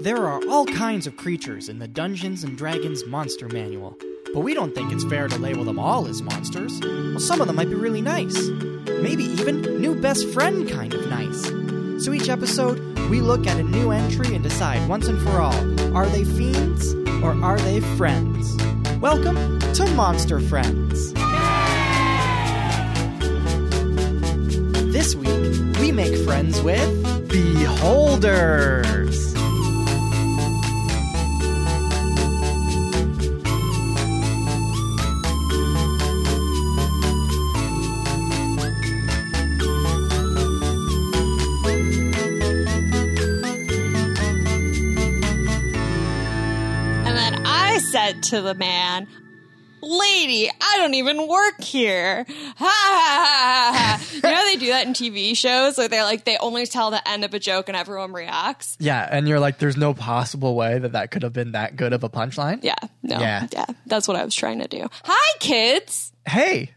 There are all kinds of creatures in the Dungeons and Dragons Monster Manual, but we don't think it's fair to label them all as monsters. Well, some of them might be really nice. Maybe even new best friend kind of nice. So each episode, we look at a new entry and decide once and for all are they fiends or are they friends? Welcome to Monster Friends. This week, we make friends with Beholders. And then I said to the man, Lady, I don't even work here. Ha ha ha ha ha. You know how they do that in TV shows where they're like, they only tell the end of a joke and everyone reacts? Yeah, and you're like, there's no possible way that that could have been that good of a punchline. Yeah, no. Yeah. that's what I was trying to do. Hi, kids. Hey,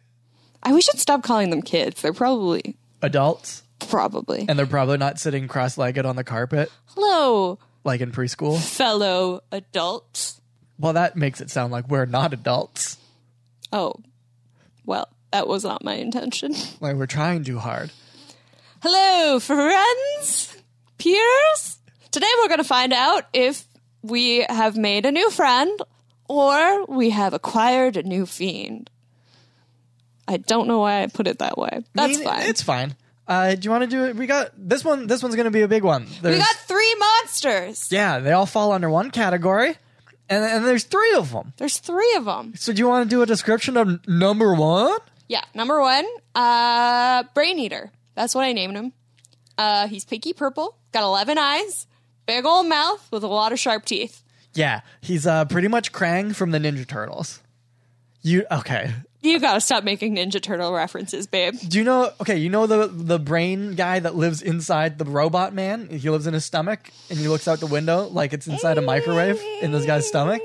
I we should stop calling them kids. They're probably, adults, probably. and they're probably not sitting cross-legged on the carpet Hello, like in preschool. fellow adults. Well, that makes it sound like we're not adults. Oh, well, that was not my intention. Like we're trying too hard. Hello, friends, peers. Today we're going to find out if we have made a new friend or we have acquired a new fiend. I don't know why I put it that way. That's Mean- fine. It's fine. Uh, do you want to do it? We got this one. This one's going to be a big one. we There's- got three monsters. yeah, they all fall under one category, and and there's three of them. There's three of them. So do you want to do a description of n- number one? Yeah. Number one, uh, Brain Eater. That's what I named him. Uh, he's pinky purple, got 11 eyes, big old mouth with a lot of sharp teeth. Yeah, he's uh, pretty much Krang from the Ninja Turtles. You okay? You gotta stop making Ninja Turtle references, babe. Do you know? Okay, you know the the brain guy that lives inside the robot man. He lives in his stomach, and he looks out the window like it's inside a microwave in this guy's stomach.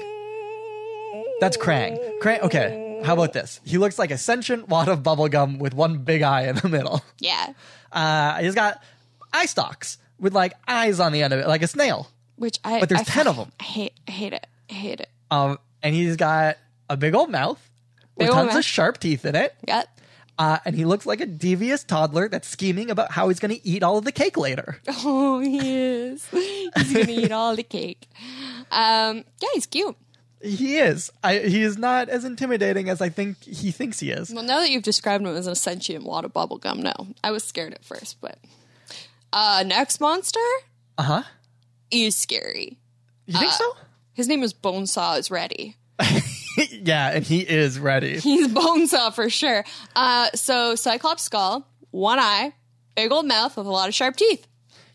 That's Krang. Krang. Okay, how about this? He looks like a sentient wad of bubblegum with one big eye in the middle. Yeah. Uh, he's got eye stalks with like eyes on the end of it, like a snail. Which I But there's I 10 of fucking 'em. hate I hate it. I hate it. Um, and he's got a big old mouth with Big old tons mouth. of sharp teeth in it. Yeah. Uh, and he looks like a devious toddler that's scheming about how he's going to eat all of the cake later. Oh, he is. He's gonna eat all the cake. Um. Yeah, he's cute. He is. I, he is not as intimidating as I think he thinks he is. Well, now that you've described him as an sentient wad of bubble gum, no, I was scared at first, but uh, next monster Uh huh. is scary. You think so? His name is Bonesaw. Is ready. yeah, and he is ready. He's Bonesaw for sure. Uh. So Cyclops skull, one eye, big old mouth with a lot of sharp teeth.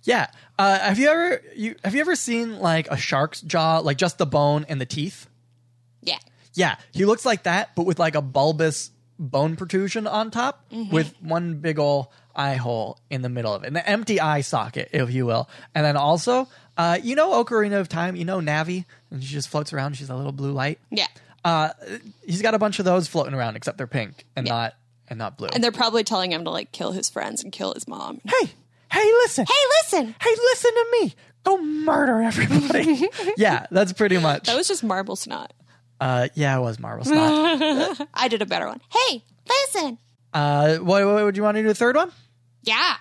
Yeah. Uh, have you ever you have you ever seen like a shark's jaw, like just the bone and the teeth? Yeah. Yeah, he looks like that, but with like a bulbous bone protrusion on top, with one big ol' eye hole in the middle of it, an empty eye socket, if you will. And then also, uh, you know, Ocarina of Time, you know Navi, and she just floats around. She's a little blue light. Yeah. Uh, he's got a bunch of those floating around, except they're pink and Yeah. not and not blue. And they're probably telling him to like kill his friends and kill his mom. hey, hey, listen, Hey, listen. hey, listen to me. Go murder everybody. yeah, that's pretty much. That was just marble snot. Uh, yeah, it was Marvel Snot. I did a better one. Hey, listen. uh, what, what would you want to do? The third one? Yeah.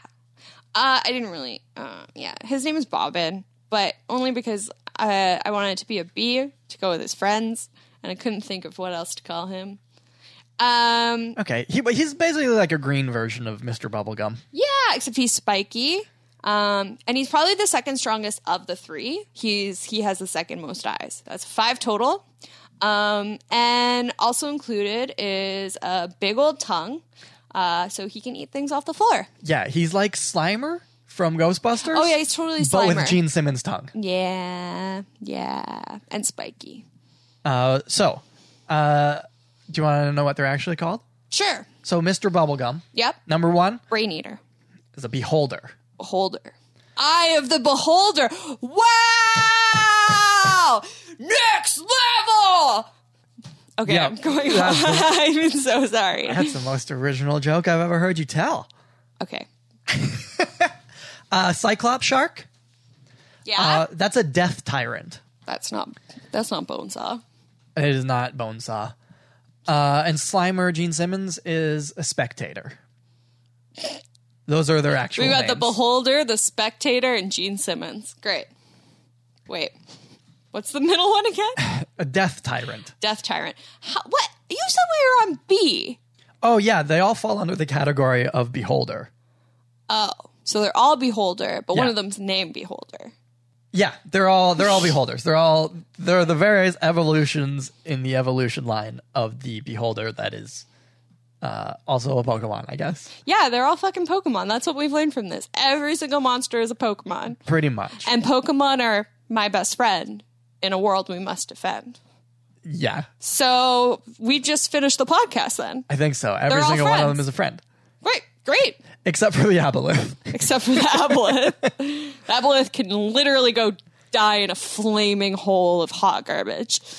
Uh, I didn't really. Uh, yeah. His name is Bobbin, but only because uh, I wanted it to be a bee to go with his friends, and I couldn't think of what else to call him. Um. Okay, he, but he's basically like a green version of Mr. Bubblegum. Yeah, except he's spiky. Um, and he's probably the second strongest of the three. He's he has the second most eyes. That's five total. Um, and also included is a big old tongue, uh, so he can eat things off the floor. Yeah, he's like Slimer from Ghostbusters. Oh yeah, he's totally but Slimer. with Gene Simmons' tongue. yeah, yeah, and spiky. Uh, so, uh, do you want to know what they're actually called? Sure. So, Mr. Bubblegum, Yep. number one Brain eater. is a beholder. Beholder. Eye of the beholder. Wow! Next level. Okay, Yeah. I'm going on. That's I'm so sorry. That's the most original joke I've ever heard you tell. Okay. Uh, Cyclops shark, Yeah. Uh, that's a death tyrant. that's not that's not Bonesaw. It is not Bonesaw. Uh, and Slimer Gene Simmons is a spectator. Those are their actual We got the names. Beholder, the Spectator, and Gene Simmons. Great. Wait, what's the middle one again? a death tyrant. Death Tyrant. How, what you said we were on B. Oh yeah, they all fall under the category of beholder. Oh, so they're all Beholder, but one Yeah. of them's named Beholder. Yeah, they're all they're all beholders. They're all they're the various evolutions in the evolution line of the beholder that is uh, also a Pokemon, I guess. Yeah, they're all fucking Pokemon. That's what we've learned from this. Every single monster is a Pokemon, Pretty much. and Pokemon are my best friend in a world we must defend. Yeah, So we just finished the podcast then. I think so. Every They're all single one of friends. them is a friend, Right, great. except for the Aboleth. except for the aboleth. the aboleth can literally go die in a flaming hole of hot garbage.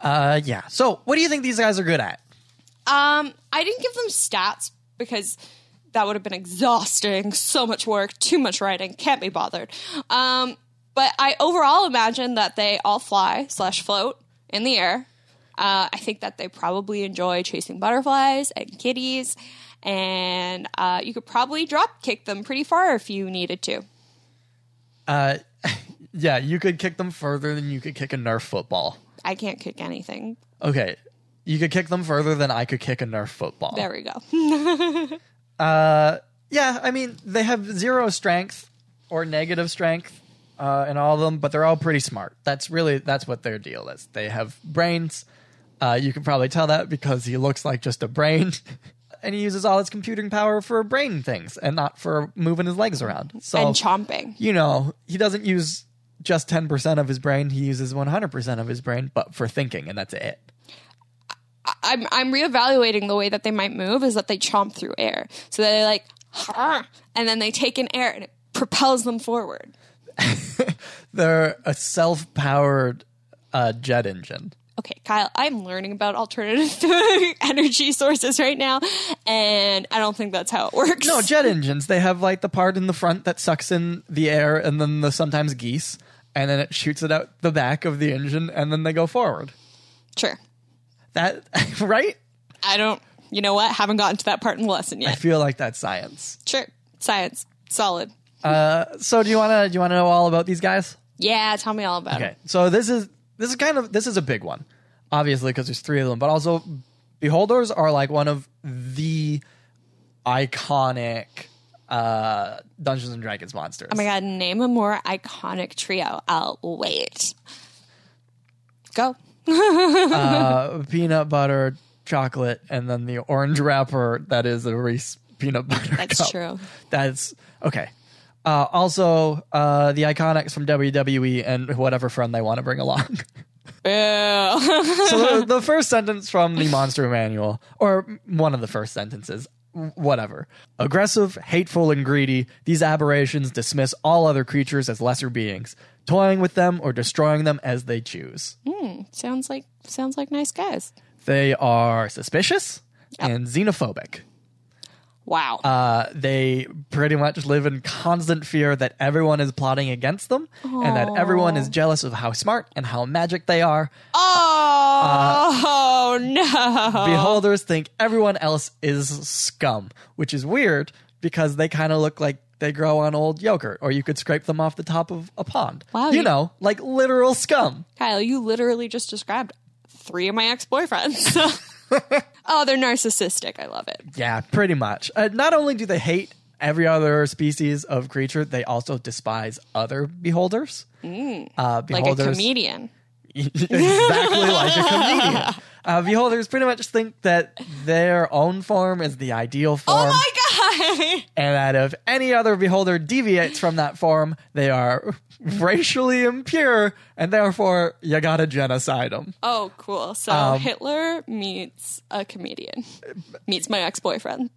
Uh, yeah. So, what do you think these guys are good at? Um, I didn't give them stats because that would have been exhausting. So much work, too much writing, can't be bothered. Um, but I overall imagine that they all fly slash float in the air. Uh, I think that they probably enjoy chasing butterflies and kitties, and uh, you could probably drop kick them pretty far if you needed to. Uh, yeah, you could kick them further than you could kick a Nerf football. I can't kick anything, Okay, you could kick them further than I could kick a Nerf football. There we go. Yeah, I mean they have zero strength or negative strength uh, in all of them, but they're all pretty smart. That's really that's what their deal is. They have brains. Uh, you can probably tell that because he looks like just a brain, and he uses all his computing power for brain things and not for moving his legs around. So and chomping. you know, he doesn't use just 10% of his brain. He uses 100% of his brain, but for thinking, and that's it. I'm I'm reevaluating the way that they might move is that they chomp through air. So they like "Huh," and then they take in air and it propels them forward. They're a self powered uh, jet engine. Okay, Kyle, I'm learning about alternative energy sources right now, and I don't think that's how it works. No, jet engines, they have like the part in the front that sucks in the air and then the sometimes geese, and then it shoots it out the back of the engine and then they go forward. sure. That, right? I don't. You know what? Haven't gotten to that part in the lesson I yet. feel like that's science. Uh, Sure. Science. Solid. So do you wanna do you wanna know all about these guys? Yeah. Tell me all about it. Okay, so this is this is kind of this is a big one, obviously because there's three of them, but also beholders are like one of the iconic uh Dungeons and Dragons monsters. Oh my god! Name a more iconic trio. I'll wait. Go. Uh, peanut butter, chocolate, and then the orange wrapper that is a Reese peanut butter. That's cup. true. That's okay. Uh, also, uh, the iconics from WWE and whatever friend they want to bring along. Boo. so the, the first sentence from the monster manual or one of the first sentences w- whatever aggressive hateful and greedy these aberrations dismiss all other creatures as lesser beings toying with them or destroying them as they choose sounds like sounds like nice guys. they are suspicious and xenophobic Wow. uh, they pretty much live in constant fear that everyone is plotting against them and that everyone is jealous of how smart and how magic they are uh, oh no. Um, beholders think everyone else is scum, which is weird because they kind of look like they grow on old yogurt, or you could scrape them off the top of a pond. Wow, you you- know, like literal scum. Kyle, you literally just described three of my ex-boyfriends. oh, they're narcissistic. I love it. Yeah, pretty much. Uh, not only do they hate every other species of creature, they also despise other beholders. Uh, Mm. Like beholders, a comedian. exactly like a comedian. Uh, beholders pretty much think that their own form is the ideal form. Oh my god. and that if any other beholder deviates from that form, they are racially impure, and therefore you gotta genocide them. Oh, cool. So Um, Hitler meets a comedian. Meets my ex-boyfriend.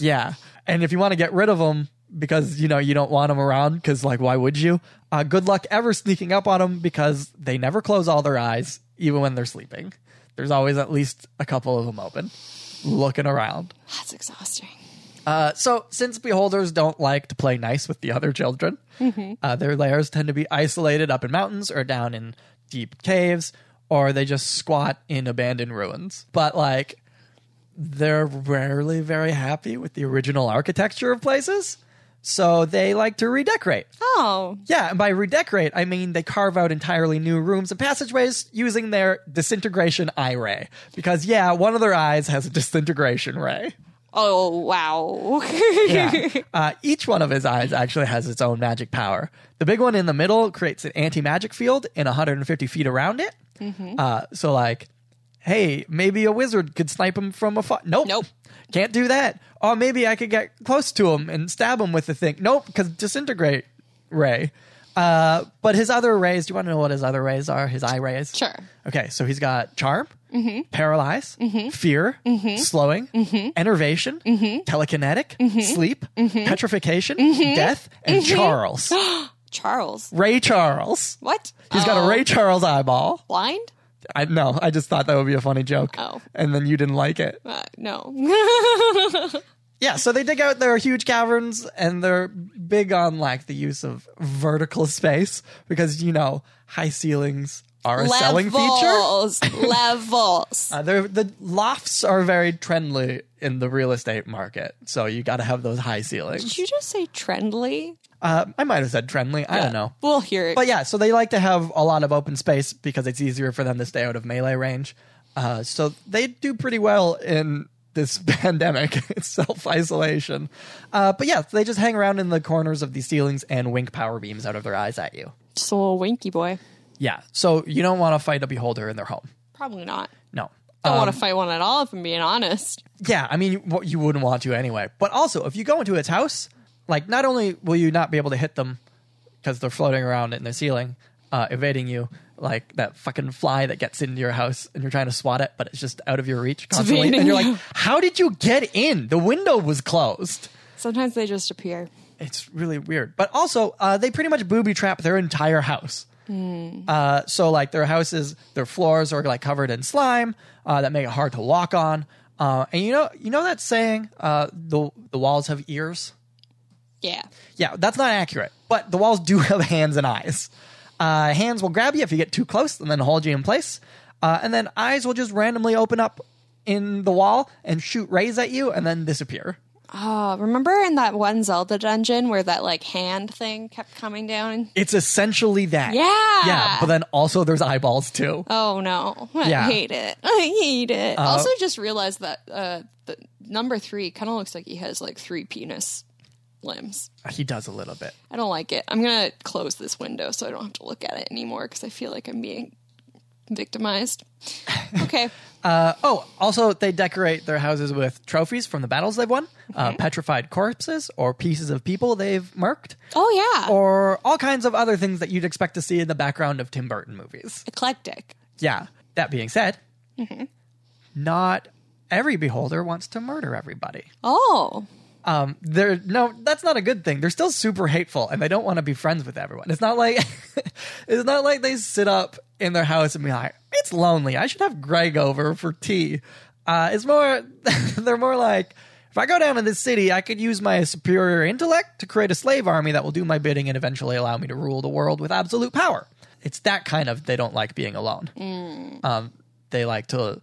Yeah, and if you want to get rid of them because you know you don't want them around, because like why would you? Uh, good luck ever sneaking up on them because they never close all their eyes, even when they're sleeping. There's always at least a couple of them open, looking around. That's exhausting. Uh, so, since beholders don't like to play nice with the other children, uh, their lairs tend to be isolated up in mountains or down in deep caves, or they just squat in abandoned ruins. But, like, they're rarely very happy with the original architecture of places, so they like to redecorate. Oh, Yeah, and by redecorate, I mean they carve out entirely new rooms and passageways using their disintegration eye ray. Because, yeah, one of their eyes has a disintegration ray. oh wow. Yeah. uh, each one of his eyes actually has its own magic power. The big one in the middle creates an anti magic field in 150 feet around it. Mm-hmm. Uh, so, like, hey, maybe a wizard could snipe him from afar. Nope. Nope. Can't do that. Or maybe I could get close to him and stab him with the thing. Nope, because disintegrate ray. Uh, but his other rays, do you want to know what his other rays are? His eye rays? Sure. Okay, so he's got charm, paralyze, fear, slowing, enervation, telekinetic, sleep, petrification, death, and Charles. Charles. Ray Charles. What? Oh, He's got a Ray Charles eyeball. blind? I no, I just thought that would be a funny joke. Oh. And then you didn't like it. Uh, no. Yeah, so they dig out their huge caverns and they're big on like the use of vertical space because you know, high ceilings are a selling feature. levels. Levels. Uh, they're- the lofts are very trendy in the real estate market, so you got to have those high ceilings. Did you just say trendly? Uh, I might have said trendy. I don't know. We'll hear it. But yeah, so they like to have a lot of open space because it's easier for them to stay out of melee range. Uh, so they do pretty well in this pandemic self isolation. Uh, but yeah, they just hang around in the corners of these ceilings and wink power beams out of their eyes at you. just a little winky boy. Yeah, so you don't want to fight a beholder in their home. Probably not. No. Don't want Um, to fight one at all, if I'm being honest. yeah, I mean, you, you wouldn't want to anyway. But also, if you go into its house, like, not only will you not be able to hit them because they're floating around in the ceiling, uh, evading you, like that fucking fly that gets into your house and you're trying to swat it, but it's just out of your reach constantly. evading And you're like, you. how did you get in? The window was closed. Sometimes they just appear. It's really weird. But also, uh, they pretty much booby trap their entire house. Uh, so like their houses, their floors are like covered in slime uh, that make it hard to walk on. Uh, and you know, you know that saying, uh, the the walls have ears. Yeah. Yeah, that's not accurate. But the walls do have hands and eyes. Uh, hands will grab you if you get too close and then hold you in place. Uh, and then eyes will just randomly open up in the wall and shoot rays at you and then disappear. Uh, remember in that one Zelda dungeon where that like hand thing kept coming down? It's essentially that. Yeah. Yeah, but then also there's eyeballs too. Oh no! I Yeah. Uh, hate it. I hate it. also, just realized that uh, the number three kind of looks like he has like three penis limbs. He does a little bit. I don't like it. I'm gonna close this window so I don't have to look at it anymore because I feel like I'm being victimized. Okay. Oh, also they decorate their houses with trophies from the battles they've won, uh, petrified corpses or pieces of people they've marked, oh yeah. or all kinds of other things that you'd expect to see in the background of Tim Burton movies. Eclectic. Yeah. That being said, not every beholder wants to murder everybody. Oh. Um, they're no, that's not a good thing. They're still super hateful, and they don't want to be friends with everyone. It's not like it's not like they sit up in their house and be like, "It's lonely. I should have Greg over for tea." Uh, it's more they're more like, "If I go down to this city, I could use my superior intellect to create a slave army that will do my bidding and eventually allow me to rule the world with absolute power." It's that kind of they don't like being alone. Um, they like to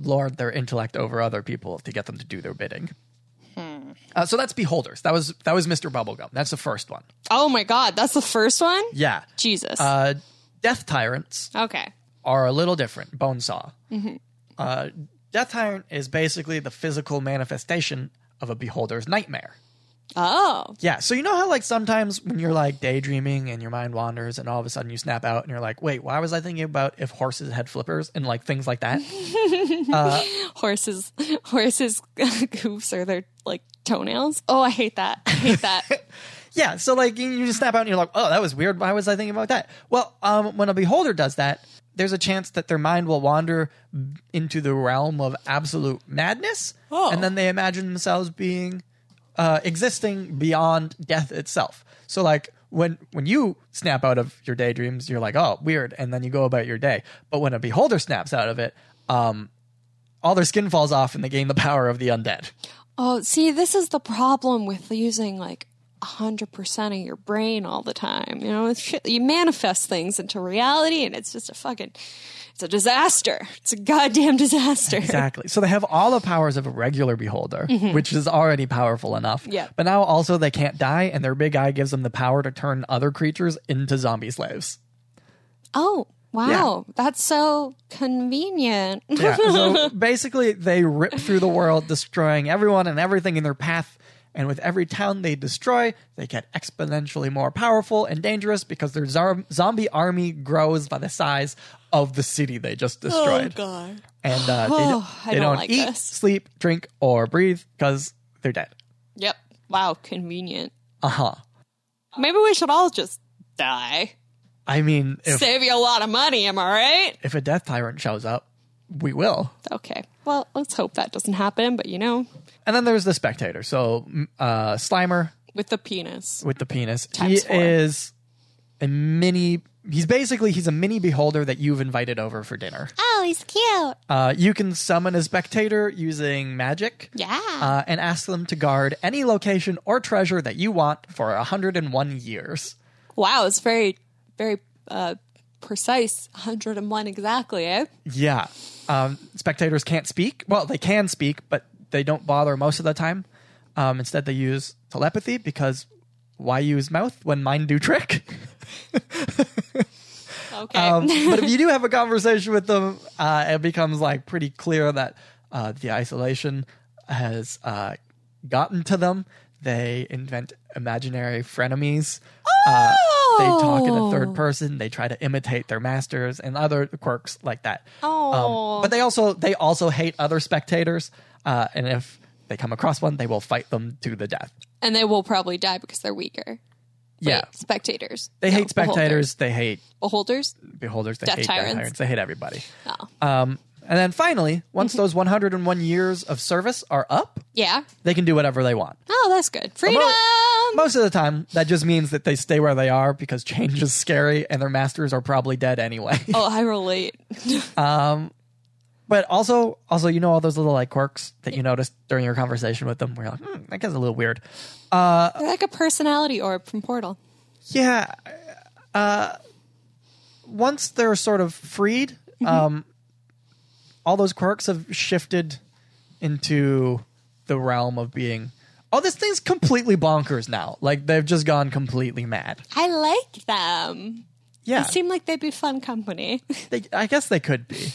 lord their intellect over other people to get them to do their bidding. Uh, so that's Beholders. That was that was Mr. Bubblegum. That's the first one. Oh my God. That's the first one. Yeah. Jesus. Uh, Death Tyrants okay. are a little different. Bonesaw. Uh, Death Tyrant is basically the physical manifestation of a beholder's nightmare. Oh. Yeah. So you know how like sometimes when you're like daydreaming and your mind wanders and all of a sudden you snap out and you're like, wait, why was I thinking about if horses had flippers and like things like that? Horses. Horses' hoofs are their like toenails. Oh, I hate that. I hate that. Yeah, so like you, you just snap out and you're like, oh, that was weird. Why was I thinking about that? Well, um, when a beholder does that, there's a chance that their mind will wander into the realm of absolute madness, Oh. and then they imagine themselves being uh, existing beyond death itself. So like when when you snap out of your daydreams, you're like, oh, weird, and then you go about your day. But when a beholder snaps out of it, um, all their skin falls off and they gain the power of the undead. Oh, see, this is the problem with using like 100% of your brain all the time. You know, it's shit, you manifest things into reality and it's just a fucking it's a disaster. It's a goddamn disaster. Exactly. So they have all the powers of a regular beholder, which is already powerful enough. Mm-hmm. Yeah. But now also they can't die, and their big eye gives them the power to turn other creatures into zombie slaves. Oh, wow. That's so convenient. Yeah. so basically, they rip through the world, destroying everyone and everything in their path. And with every town they destroy, they get exponentially more powerful and dangerous because their zar- zombie army grows by the size of the city they just destroyed. Oh, god. Oh, and uh, they, don't- I they don't don't like eat, this. sleep, drink, or breathe because they're dead. Yep. Wow, convenient. Uh huh. Maybe we should all just die. I mean, if Save you a lot of money, am I right? if a death tyrant shows up, we will. Okay. Well, let's hope that doesn't happen, but you know, And then there's the spectator. So m- uh, Slimer with the penis. with the penis. Times he four. is a mini. He's basically he's a mini beholder that you've invited over for dinner. Oh, he's cute. Uh, you can summon a spectator using magic. Yeah. Uh, and ask them to guard any location or treasure that you want for 101 years. Wow, it's very, very uh, precise. 101 exactly, eh? Yeah. Um, spectators can't speak. Well, they can speak, but they don't bother most of the time. Um, instead, they use telepathy because why use mouth when mind do trick? Okay. Um, but if you do have a conversation with them, uh, it becomes like pretty clear that uh, the isolation has uh, gotten to them. They invent imaginary frenemies. Uh, they talk in the third person. They try to imitate their masters and other quirks like that. Um, Oh. but they also they also hate other spectators. Uh, and if they come across one, they will fight them to the death. and they will probably die because they're weaker. Wait, Yeah, spectators. they No, hate spectators. They hate Beholders. Beholders? beholders. They Death hate tyrants. Oh. death tyrants. They hate everybody. No. Um, and then finally, once those 101 years of service are up, yeah. they can do whatever they want. Oh, that's good. Freedom. Most of the time, that just means that they stay where they are because change is scary and their masters are probably dead anyway. oh, I relate. but also, also, you know all those little like quirks that you noticed during your conversation with them, where you're like, hmm, that guy's a little weird. They're like a personality orb from Portal. Yeah. Uh, once they're sort of freed, Mm-hmm. um, all those quirks have shifted into the realm of being. Oh, this thing's completely bonkers now. Like they've just gone completely mad. I like them. Yeah, They seem like they'd be fun company. they, I guess they could be.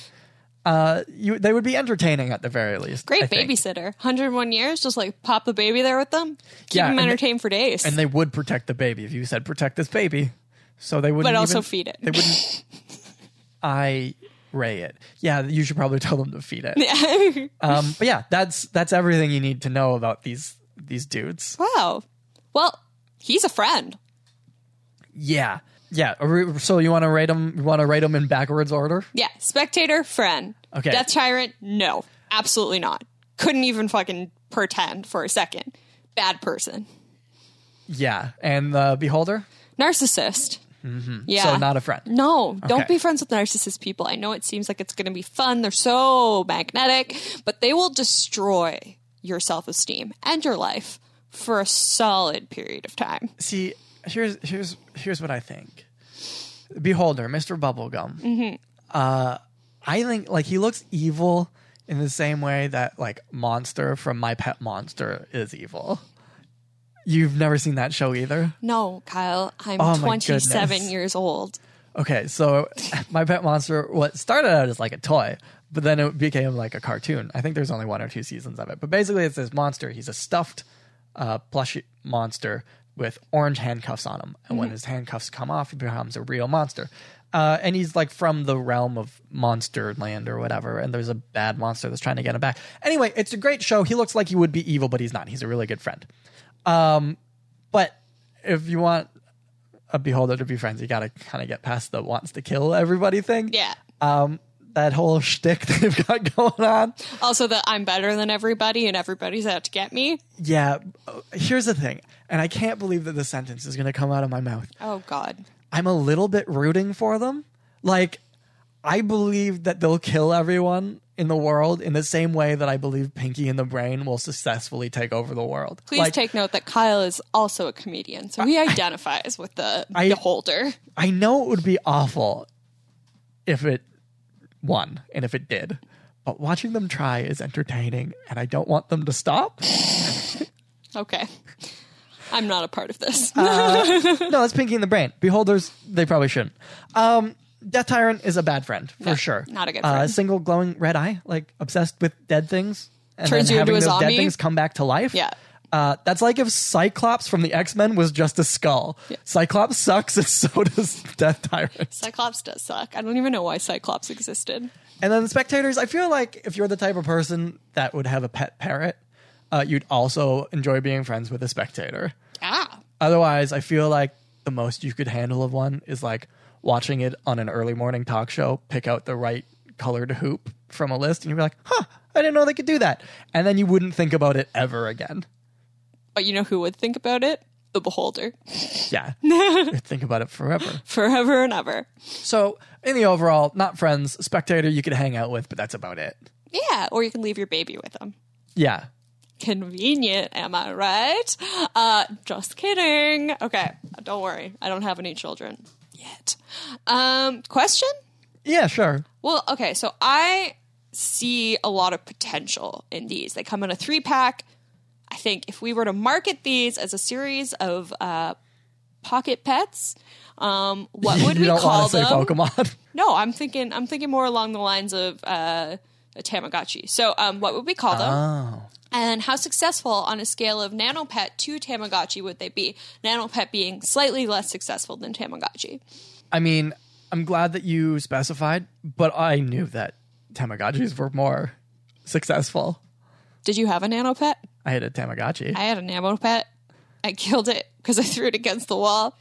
Uh, you, they would be entertaining at the very least. I Great think. babysitter. 101 years, just like pop the baby there with them. Keep Yeah, them and they- entertained for days. and they would protect the baby if you said protect this baby. So they wouldn't, But also even- feed it. They wouldn't. I ray it. Yeah, you should probably tell them to feed it. Yeah. Um, but yeah, that's that's everything you need to know about these these dudes. wow. Well, he's a friend. Yeah, yeah. Are- So you want to rate them? You want to rate them in backwards order? Yeah. Spectator, friend. Okay. Death tyrant, no. Absolutely not. Couldn't even fucking pretend for a second. Bad person. Yeah, and the beholder. Narcissist. Yeah. Mm-hmm. So not a friend. no, don't Okay. be friends with narcissist people. I know it seems like it's going to be fun. They're so magnetic, but they will destroy your self esteem and your life for a solid period of time. See, here's here's here's what I think. Beholder, Mr. Bubblegum. Uh, I think like he looks evil in the same way that like Monster from My Pet Monster is evil. You've never seen that show either. No, Kyle, I'm Oh, my 27 goodness. years old. Okay, so My Pet Monster, what started out as like a toy, but then it became like a cartoon. I think there's only one or two seasons of it. But basically, it's this monster. He's a stuffed uh, plush monster with orange handcuffs on him. And when his handcuffs come off, he becomes a real monster. Uh, and he's like from the realm of monster land or whatever. And there's a bad monster that's trying to get him back. Anyway, it's a great show. He looks like he would be evil, but he's not. He's a really good friend. But if you want a beholder to be friends, you gotta kind of get past the wants to kill everybody thing. Yeah. Um, that whole shtick they've got going on. Also, that I'm better than everybody and everybody's out to get me. Yeah. uh, Here's the thing, and I can't believe that this sentence is gonna come out of my mouth. Oh, God. I'm a little bit rooting for them. Like, I believe that they'll kill everyone in the world in the same way that I believe Pinky and the Brain will successfully take over the world. Please Like, take note that Kyle is also a comedian, so he identifies with the I- beholder. I know it would be awful if it won and if it did, but watching them try is entertaining, and I don't want them to stop. Okay. I'm not a part of this. Uh, no, that's Pinky and the Brain. Beholders, they probably shouldn't. Um, Death Tyrant is a bad friend for No, sure. not a good Uh, friend. single glowing red eye, like obsessed with dead things, and Turns then you having into a those dead zombie. things come back to life. Yeah. Uh, that's like if Cyclops from the X Men was just a skull. Cyclops sucks, and so does Death Tyrant. Cyclops does suck. I don't even know why Cyclops existed. And then the spectators, I feel like if you're the type of person that would have a pet parrot, uh, you'd also enjoy being friends with a spectator. Ah. Otherwise, I feel like the most you could handle of one is like watching it on an early morning talk show, pick out the right colored hoop from a list, and you'd be like, huh, I didn't know they could do that. And then you wouldn't think about it ever again. But you know who would think about it? The beholder. Yeah. You'd think about it forever. Forever and ever. So, in the overall, not friends, spectator you could hang out with, but that's about it. Yeah, or you can leave your baby with him. Yeah. Convenient, am I right? Uh, just kidding. Okay, don't worry. I don't have any children yet. Um, question? Yeah, sure. Well, okay, so I see a lot of potential in these. They come in a three pack. I think if we were to market these as a series of uh, pocket pets, um, what would you we don't call want to say them? Pokemon. No, I'm thinking I'm thinking more along the lines of uh, a Tamagotchi. So, um, what would we call them? Oh. And how successful on a scale of Nanopet to Tamagotchi would they be? Nanopet being slightly less successful than Tamagotchi. I mean, I'm glad that you specified, but I knew that Tamagotchis were more successful. Did you have a Nanopet? I had a Tamagotchi. I had a Nanopet. I killed it because I threw it against the wall.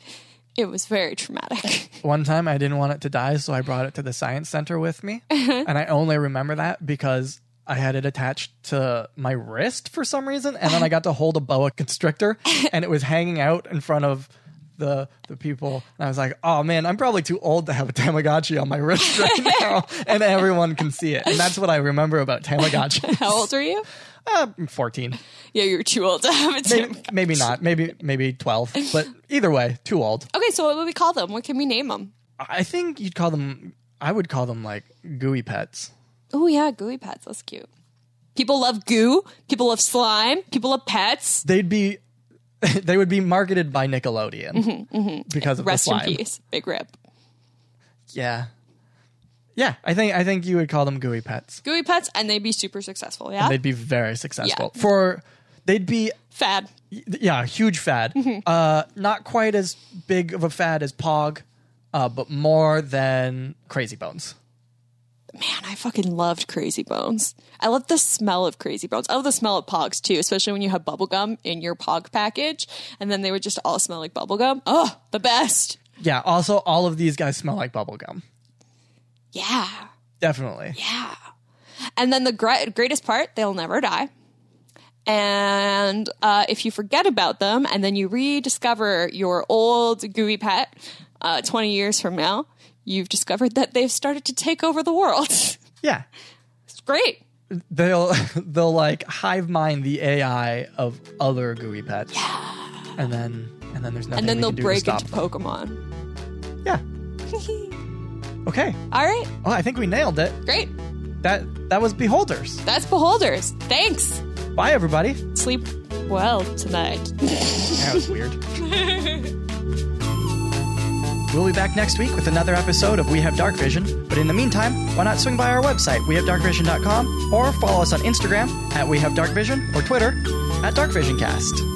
It was very traumatic. One time I didn't want it to die, so I brought it to the science center with me. and I only remember that because I had it attached to my wrist for some reason. And then I got to hold a boa constrictor and it was hanging out in front of the the people. And I was like, oh man, I'm probably too old to have a Tamagotchi on my wrist right now. and everyone can see it. And that's what I remember about Tamagotchi. how old were you? Uh, 14. Yeah, you were too old to have a Maybe, Tamagotchi. maybe not. Maybe maybe 12. But either way, too old. Okay, so what would we call them? What can we name them? I think you'd call them. I would call them like gooey pets. Oh yeah, gooey pets. That's cute. People love goo. People love slime. People love pets. They'd be. They would be marketed by Nickelodeon because of Mm-hmm, Rest the in slime. peace. Big rip. Yeah, yeah. I think I think you would call them gooey pets. Gooey pets, and they'd be super successful. Yeah, They'd be very successful for. They'd be fad. yeah, a huge fad. Mm-hmm. Uh, not quite as big of a fad as Pog, uh, but more than Crazy Bones. Man, I fucking loved Crazy Bones. I love the smell of Crazy Bones. I love the smell of Pogs too, especially when you have bubblegum in your Pog package, and then they would just all smell like bubblegum. Oh, the best. Yeah. Also, all of these guys smell like bubblegum. Yeah, Definitely. yeah. And then the gre- greatest part, they'll never die. And uh, if you forget about them and then you rediscover your old gooey pet uh, 20 years from now, you've discovered that they've started to take over the world. it's Yeah. great. they'll they'll like hive mind the AI of other gooey pets. And then and then there's nothing. And then we they'll can do break to into stop Pokemon. them. Yeah. Okay. All right, Well, I think we nailed it. great. That that was Beholders. That's Beholders. Thanks. Bye everybody. Sleep well tonight. That was weird. We'll be back next week with another episode of We Have Dark Vision. But in the meantime, why not swing by our website, wehavedarkvision.com, or follow us on Instagram at We Have Dark Vision or Twitter at DarkVisionCast.